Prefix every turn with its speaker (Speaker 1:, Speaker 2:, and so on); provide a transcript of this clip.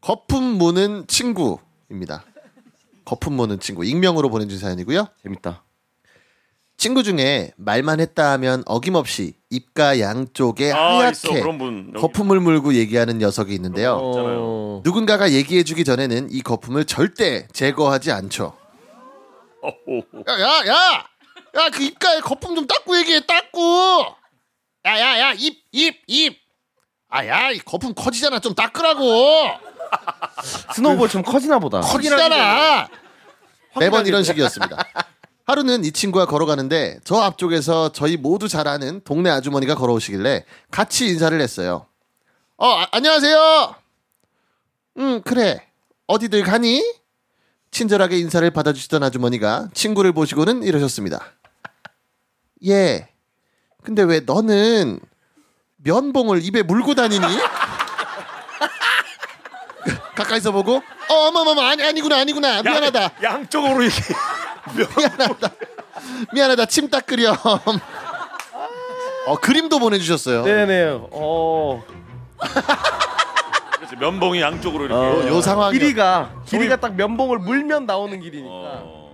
Speaker 1: 거품 무는 친구입니다. 거품 무는 친구 익명으로 보내준 사연이고요.
Speaker 2: 재밌다.
Speaker 1: 친구 중에 말만 했다 하면 어김없이 입가 양쪽에
Speaker 3: 아, 있어.
Speaker 1: 하얗게
Speaker 3: 그런 분. 여기 어.
Speaker 1: 거품을 물고 얘기하는 녀석이
Speaker 2: 어.
Speaker 1: 있는데요.
Speaker 3: 있잖아요.
Speaker 1: 누군가가 얘기해주기 전에는 이 거품을 절대 제거하지 않죠.
Speaker 3: 어호호.
Speaker 1: 야, 야, 야! 야, 그 입가에 거품 좀 닦고 얘기해, 닦고! 야, 야, 야, 입, 입, 입! 아, 야, 이 거품 커지잖아. 좀 닦으라고!
Speaker 2: 아, 스노우볼 좀그 커지나 보다.
Speaker 1: 커지잖아! 매번 이런 식이었습니다. 하루는 이 친구와 걸어가는데 저 앞쪽에서 저희 모두 잘 아는 동네 아주머니가 걸어오시길래 같이 인사를 했어요. 어, 아- 안녕하세요! 응, 그래. 어디들 가니? 친절하게 인사를 받아주시던 아주머니가 친구를 보시고는 이러셨습니다. 예. 근데 왜 너는 면봉을 입에 물고 다니니? 가까이서 보고 어, 어머머머 아니 아니구나 아니구나 미안하다
Speaker 3: 양쪽으로 이렇게.
Speaker 1: 미안하다 미안하다 침 닦으렴 어 그림도 보내주셨어요
Speaker 2: 네네. 어.
Speaker 3: 그렇지. 면봉이 양쪽으로 이렇게.
Speaker 2: 어.
Speaker 1: 요 상황이
Speaker 2: 길이가 길이가
Speaker 3: 소위-
Speaker 2: 딱 면봉을 물면 나오는 길이니까.
Speaker 3: 어.